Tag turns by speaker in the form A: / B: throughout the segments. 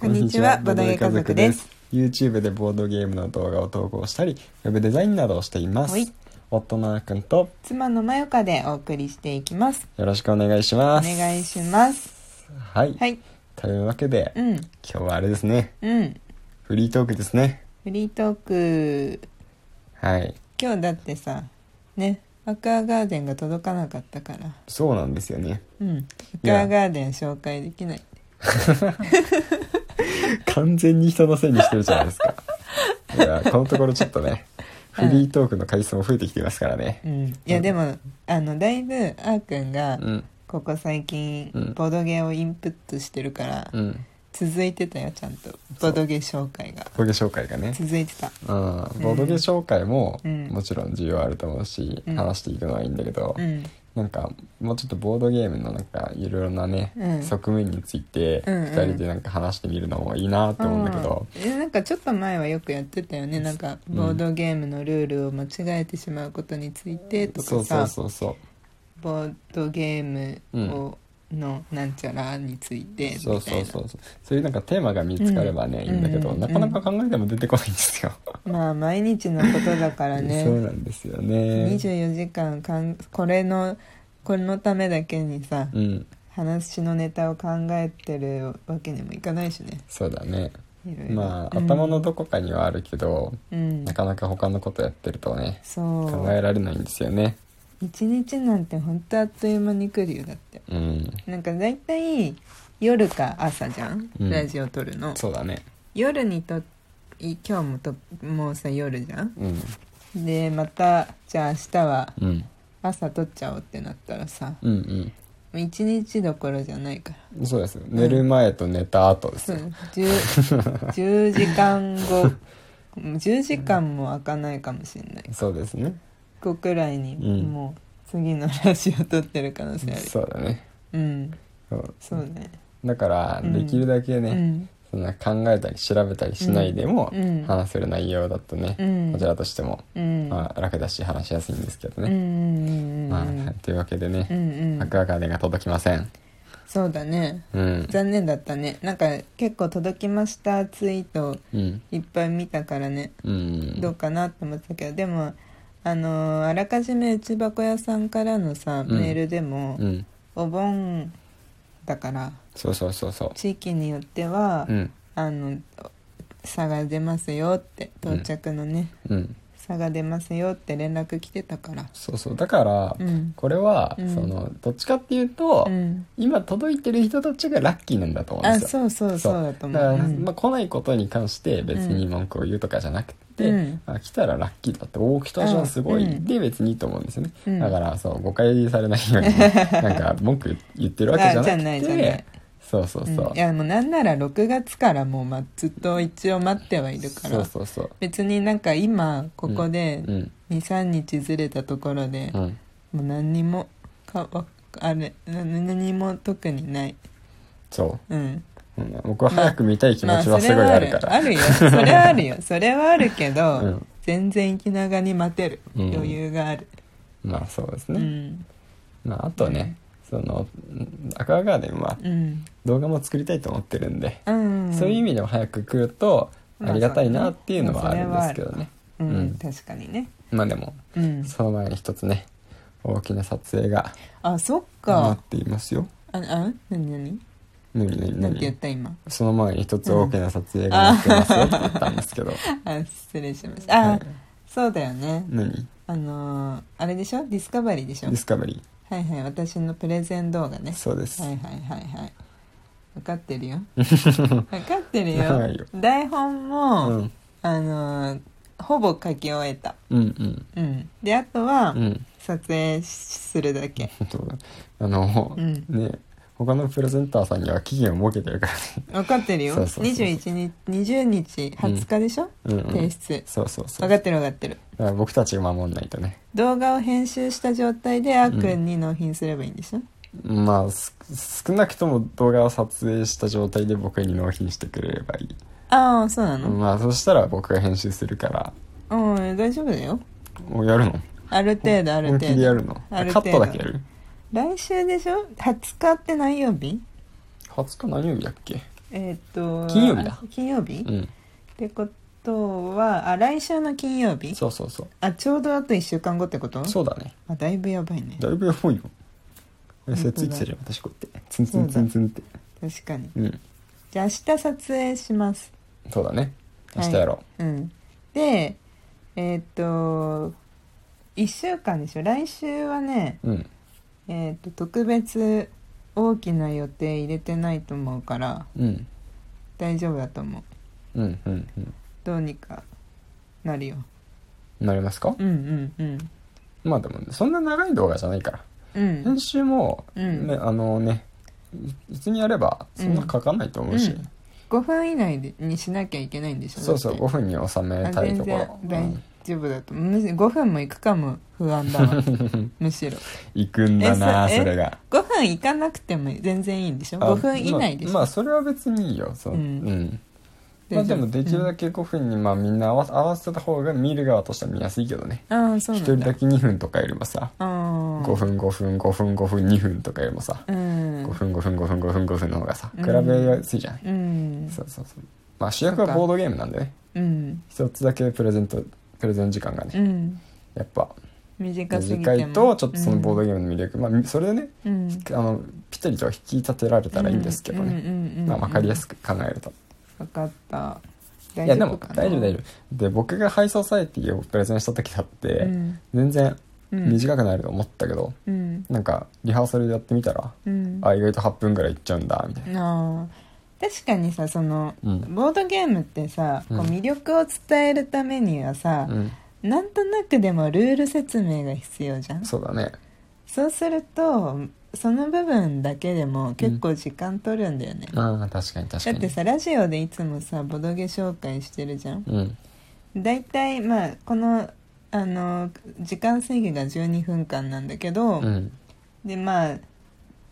A: こんにちは、ボドゲ家族です。。
B: YouTube でボードゲームの動画を投稿したり、ウェブデザインなどをしていま
A: はい
B: す。夫のあーくんと
A: 妻のまよかでお送りしていきます。
B: よろしくお願いし
A: お
B: ます。
A: 願いします。
B: はい。
A: はい、
B: というわけで、
A: うん、
B: 今日はあれですね、
A: うん。
B: フリートークですね。
A: フリートーク、
B: はい。
A: 今日だってさ、ね、アクアガーデンが届かなかったから、
B: そうなんです よね。
A: うん、ア
B: い
A: ク
B: や
A: アガーデン紹介できない。
B: 完全に人のせいにしてるじゃないで すか。いや、このところちょっとね、
A: うん
B: フリートークの回数も増えてきていますからね
A: う。ん、いや、でも、あの、だいぶ、あーくんが
B: う、ん、
A: ここ最近
B: う、ん
A: ボドゲをインプットしてるから、
B: うん。
A: 続いてたよ、ちゃんと。ボドゲ紹介が。
B: ボードゲ紹介がね。
A: 続いてた。
B: うん、ボードゲ紹介も
A: うん
B: もちろん需要あると思うし、
A: うん
B: 話していくのはいいんだけど、
A: うん、
B: なんかもうちょっとボードゲームのなんかいろいろなね、
A: うん
B: 側面について
A: うんうん
B: 2人でなんか話してみるのもいいなって思うんだけど、
A: うんえなんかちょっと前はよくやってたよねなんかボードゲームのルールを間違えてしまうことについてと
B: そ
A: か
B: うそ
A: さ
B: うそうそ
A: ボードゲームをのなんちゃらについて
B: うそう
A: みた
B: そ
A: いうな
B: そうそうそういうなんかテーマが見つかればね、
A: うん
B: いいんだけど、
A: うん
B: なかなか考えても出てこないんですよ、
A: まあ毎日のことだから
B: そう
A: ね
B: なんですよね
A: 24時間かんこれのこのためだけにさ
B: うん
A: 話のネタを考えてるわけにもいかないしね
B: そうだね
A: いろいろ
B: まあ、
A: うん
B: 頭のどこかにはあるけど
A: うん
B: なかなか他のことやってるとね
A: そ
B: 考
A: う
B: えられないんですよね
A: 一日なんてほんとあっという間に来るよだって
B: うん
A: なんか大体夜か朝じゃん、
B: うん
A: ラジオ撮るの
B: そうだね
A: 夜にとい今日もともうさ夜じゃん
B: うん
A: でまたじゃあ明日は
B: うん
A: 朝撮っちゃおうってなったらさ
B: うん
A: 一日どころじゃないから
B: うんそうですよ寝る前と寝た後です
A: そ
B: よ、
A: う 10, 10時間後10時間も開かないかもしれない
B: そうですね
A: ここくらいに
B: うん
A: もう次のラジオ撮ってる可能性ある
B: そうだね
A: うん
B: そう
A: そうね
B: だから
A: うん
B: できるだけ
A: う
B: ね、
A: ん
B: そんな考えたり調べたりしないでも
A: うん
B: 話せる内容だとね、
A: うん
B: こちらとしても、
A: うん
B: まあ、楽だし話しやすいんですけど
A: うんう
B: ね、
A: んうんうん
B: まあ、というわけで
A: う
B: ね、
A: んう
B: ア
A: ん
B: クアガーデンが届きません
A: そうだね
B: うん
A: 残念だったねなんか結構届きましたツイート
B: うん
A: いっぱい見たからね
B: うん
A: どうかなと思ってたけどでもあのーあらかじめ内箱屋さんからのさ
B: うん
A: メールでも、
B: うん
A: お盆だから
B: そうそうそうそ
A: 地域によっては、
B: ううん
A: あの差が出ますよって到着のね、
B: うん
A: 差が出ますよって連絡来てたから
B: そうそうだから、
A: うん
B: これは、
A: うん
B: そのどっちかっていうと、
A: うん
B: 今届いてる人たちがラッキーなんだと思うん
A: あ
B: ですよ
A: そうそうそうだと思
B: だから、
A: ううん
B: まあ、来ないことに関して別に文句を言うとかじゃなくて、
A: うん
B: あ来たらラッキーだっておお来たじゃんすごい、
A: うん
B: で別にいいと思うんですよね、
A: うん
B: だからそう誤解されないように ねなんか文句言ってるわけじゃなくて
A: あじゃないじゃない
B: そうそうそう、
A: うんいやもうなんなら6月からもう、ま、ずっと一応待ってはいるから
B: そうそうそう
A: 別になんか今ここで
B: うん
A: 23日ずれたところで
B: う、ん
A: もう何にもかわあれな何も特にない
B: そ
A: うん
B: う、うん、僕は早く見たい気持ちはすごいあるから、
A: あるよそれはあるよそれはあるけど、
B: うん
A: 全然気長に待てる
B: うん
A: 余裕がある
B: まあそうです
A: う
B: ね、
A: ん
B: まああとね、そのうんアクアガーデンは
A: うん
B: 動画も作りたいと思ってるんで、
A: うん
B: そういう意味でも早く来ると
A: まあ
B: ありがたいなっていうのはあるんですけどね、
A: うん、
B: うん
A: 確かにね
B: まあでも
A: うん
B: その前に一つね大きな撮影が
A: あそっ
B: 待
A: か
B: っていますよ
A: ああ何何
B: 何何
A: 何て言っ
B: 何
A: た今
B: その前に一つ大きな撮影が待ってますよって言ったんですけど、
A: あ失礼しましたあ、
B: はい
A: そうだよね
B: 何
A: あのーあれでしょディスカバリーでしょ
B: ディスカバリ
A: はいはい私のプレゼン動画ね
B: ーそうです、
A: はいはいはいはい分かってるよ分かってるよ
B: はいよ
A: 台本
B: う
A: も、
B: ん、
A: あのーほぼ書き終えた
B: うん
A: うんであとは、
B: うんうん
A: 撮影するだけ
B: 本当だあの、
A: うん
B: ね他のプレゼンターさんには期限を設けてるからね
A: 分かってるよ
B: そうそうそうそう
A: 21日20日20日でしょ、
B: うん、う
A: 提
B: ん、
A: 出
B: そうそうそう
A: 分かってる分かってる
B: だから僕たちが守んないとね
A: 動画を編集した状態であーくんに納品すればいいんでしょ、
B: まあす少なくとも動画を撮影した状態で僕に納品してくれればいい、
A: ああそうなの、
B: まあそしたら僕が編集するから
A: うん、大丈夫だよ。
B: もうやるの
A: ある程度、ある程
B: 本気
A: 度。
B: でやるの
A: ある
B: カ
A: 程
B: ッ
A: 度
B: トだけやる
A: 来週でしょ ?20 日って何曜日
B: 20日何曜日だっけ
A: えーっと
B: 金曜日だ
A: あ金曜日、
B: うん
A: ってことはあ来週の金曜日
B: そうそうそ
A: あちょうどあと1週間後ってこと
B: うそうだね
A: あだいぶやばいね
B: だいぶやばいよ
A: 本当
B: え
A: だ
B: 設置してるよ私こうやってツンツンツンツンって
A: 確かに
B: うん
A: じゃあ明日撮影します
B: そうだね明日やろ
A: うんでえーっと1週間でしょ来週はね
B: う、うん
A: えーっと特別大きな予定入れてないと思うから
B: うん
A: 大丈夫だと思う
B: うんうんうん
A: どうにかなるよ
B: なりますか
A: うんうんうん
B: まあでもねそんな長い動画じゃないから
A: うん
B: 編集も、
A: うん
B: ねあのね別にやればそんな書かないと思うし、
A: うん5分以内でにしなきゃいけないんでしょ
B: そうそう
A: だ
B: 5
A: っ
B: 分に収
A: て
B: め
A: あ
B: たい
A: 全
B: とこ
A: 然
B: ろ、う
A: 大
B: ん
A: 丈夫だと思うむし5分も行くかも不安だ わむしろ
B: 行くんだな
A: えそえ
B: それが
A: 5分行かなくても全然いいんでしょ
B: あ
A: 5分以内でしょ、
B: まあ、まあそれは別にいいよそう、
A: う
B: うんんま
A: 大
B: あ、で
A: 丈夫
B: もできるだけ5分に、まあ、みんな合わ合わせた方が見る側としては見やすいけどね
A: ああそう
B: 一
A: なんだ
B: 人だけ2分とかよりもさ
A: あー
B: 5分5分5分5分2分とかよりもさ
A: うん
B: 5分5分5分5分5分の方がさ
A: うん
B: 比べやすいじゃない、
A: うん
B: そうそうそうまあ主役は
A: そっか
B: ボードゲームなんでね
A: うん
B: 一つだけプレゼントプレゼン時間がね
A: うん
B: やっぱ
A: 短すぎても
B: 短いとちょっとそのボードゲームの魅力、まあそれでね
A: ーム、うん、
B: あのピタリと引き立てられたらいいんですけどね、
A: ね
B: まあ、分かりや
A: く
B: すく考えると、
A: 分かった
B: いやでも大丈
A: 丈
B: 夫大丈夫で僕がハイソサイティをプレゼンした時だって、
A: うん
B: 全然
A: うん
B: 短くなると思ったけど、
A: うん
B: なんかリハーサルでやってみたら、
A: うん
B: あ意外と8分ぐらいいっちゃうんだみたいな、
A: あー確かにさその
B: うん
A: ボードゲームってさ、
B: うん
A: こう魅力を伝えるためにはさ、
B: うん、
A: なんとなくでもルール説明が必要じゃん
B: そうだね
A: そうするとその部分だけでも結構時間取るんだよね、
B: ああ確かに確
A: だ
B: かに
A: ってさラジオでいつもさボドゲ紹介してるじゃん
B: うん
A: だいたいまあこのあの時間制限が12分間なんだけど、
B: うん
A: でまあ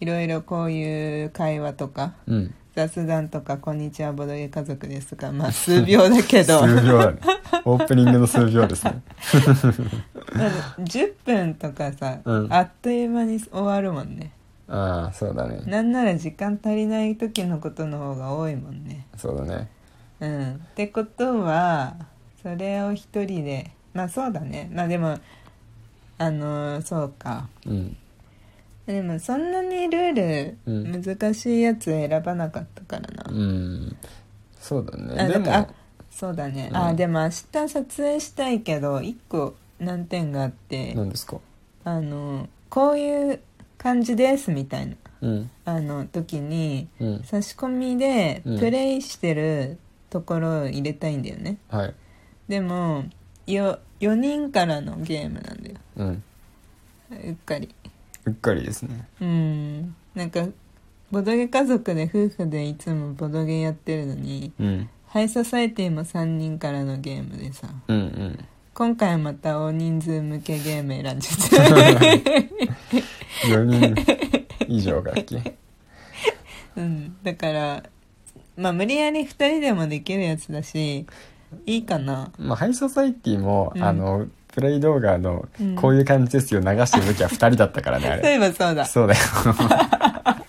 A: いろいろこういう会話とか
B: うん
A: 雑談とか「こんにちはボドゲ家族です」とかまあ数秒だけど
B: 数秒だねオープニングの数秒ですね
A: 10分とかさ、
B: うん
A: あっという間に終わるもんね
B: ああそうだね
A: なんなら時間足りない時のことの方が多いもんね
B: そうだね
A: うんってことはそれを一人でまあそうだねまあでもあのーそうか
B: うん
A: でもそんなにルー
B: う
A: ル
B: ん
A: 難しいやつ選ばなかったからな、
B: うんそうだ
A: あ
B: ねで
A: なん
B: も
A: かそうだね、
B: うん
A: あでも明日撮影したいけど1個難点があって、
B: 何ですか
A: あのこういう感じですみたいな
B: うん
A: あの時に
B: うん
A: 差し込みで
B: うん
A: プレイしてるところを入れたいんだよね、
B: はい
A: でもよ4人からのゲームなんだよ
B: うん
A: うっかり
B: うっかりですね
A: うんなんかボドゲ家族で夫婦でいつもボドゲやってるのに
B: うん
A: ハイソサイティも3人からのゲームでさ
B: うんうん
A: 今回はまた大人数向けゲーム選ん じゃっ
B: 4人以上がっ け
A: た、うん、だからまあ無理やり2人でもできるやつだしいいかな
B: まあハイソサイティも、
A: うん
B: あのプレイ動画の
A: うん
B: こういう感じですよ流してる時は2人だったからね
A: そ
B: あ
A: うい
B: れ
A: えばそうだじ
B: そうだよ
A: ゃ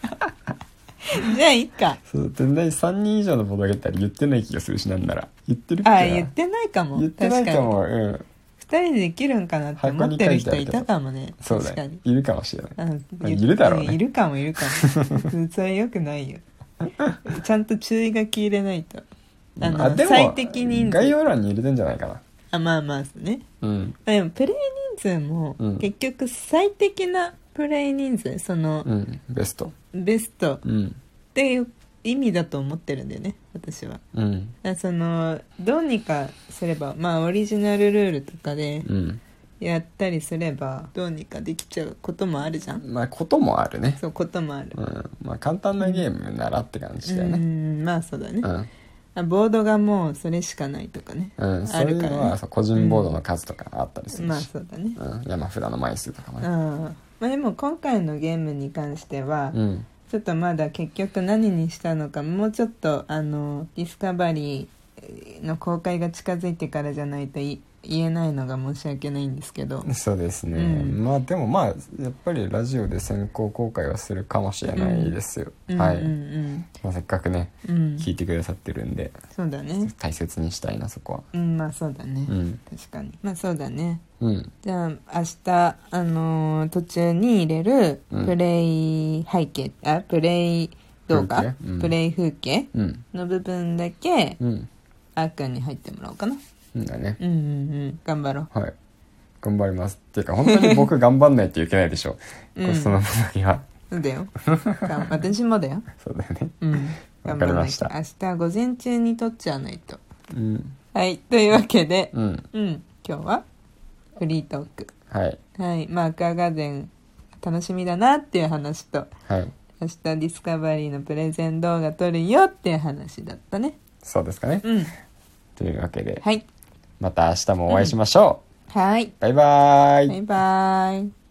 A: あいいか
B: そうだって3人以上のボドゲってあれ言ってない気がするしなんなら言ってるっけな
A: あ言ってないかも
B: 言ってないかも
A: 確か
B: うん
A: に2人でできるんかなって思ってる人いたかもね
B: そう
A: 確
B: だ
A: か
B: よ
A: に
B: いるかもしれない
A: あの
B: まあ
A: ゆ
B: いるだろうね
A: んいるかもいるかもそれよくないよちゃんと注意書き入れないとあの最適人
B: 概
A: 数
B: 要欄に入れてんじゃないかな
A: あまあまあね
B: うん
A: でもプレイ人数も
B: うん
A: 結局最適なプレイ人数その
B: うんベスト
A: ベストっ
B: うん
A: ていう意味だと思ってるんだよね私は
B: うん
A: だからそのどうにかすればまあオリジナルルールとかで
B: うん
A: やったりすればどうにかできちゃうこともあるじゃん
B: まあこともあるね
A: そうこともある
B: うんまあ簡単なゲームならって感じだよ
A: う
B: ね
A: んまあそうだね
B: うん
A: あボードがもうそれしかないとかね
B: うんそ
A: あ
B: うい
A: る
B: う
A: から
B: の
A: ね
B: はそう個人ボードの数とかあったりする
A: まあ
B: し
A: そうだね
B: うん山札の枚数とかも
A: あ
B: ね
A: まあでも今回のゲームに関しては、
B: うん
A: ちょっとまだ結局何にしたのかもうちょっとあのディスカバリーの公開が近づいてからじゃないとい言えないのが申し訳ないんですけど
B: そうですね、
A: うん
B: まあでもまあやっぱりラジオで先行公開はするかもしれないですよ、
A: うん
B: は
A: う
B: い、
A: ん
B: まあ、せっかくね
A: うんうん
B: 聞いてくださってるんで
A: そうだね
B: 大切にしたいなそこは
A: うんまあそうだね、
B: うん
A: 確かにまあそうだね
B: うん
A: じゃあ明日、あのー途中に入れる
B: うん
A: プレイ背景、あプレイ動画
B: 風、景うん
A: プレイ風景
B: うん
A: の部分だけ
B: うん
A: あーくんに入ってもらおうかな
B: うんだね
A: うんうんうん頑張ろう
B: はい頑張りますっていうか本当に僕頑張んないといけないでしょ、
A: うん
B: こうその時は
A: そうだよが私もだよ
B: そうだよね
A: うん
B: わ
A: 頑張
B: かり
A: ら
B: ま
A: な
B: し
A: き
B: た
A: ゃ明日午前中に撮っちゃわないと
B: うん
A: はいというわけで
B: うん
A: うん今日はフリートーク
B: はい
A: はいまあアクアガーデン楽しみだなっていう話と
B: はい
A: 明日ディスカバリーのプレゼン動画撮るよっていう話だったね
B: そうですかね
A: うん
B: というわけで
A: はい
B: また明日もお会いしましょう、
A: はい
B: バイバーイ
A: バイバイ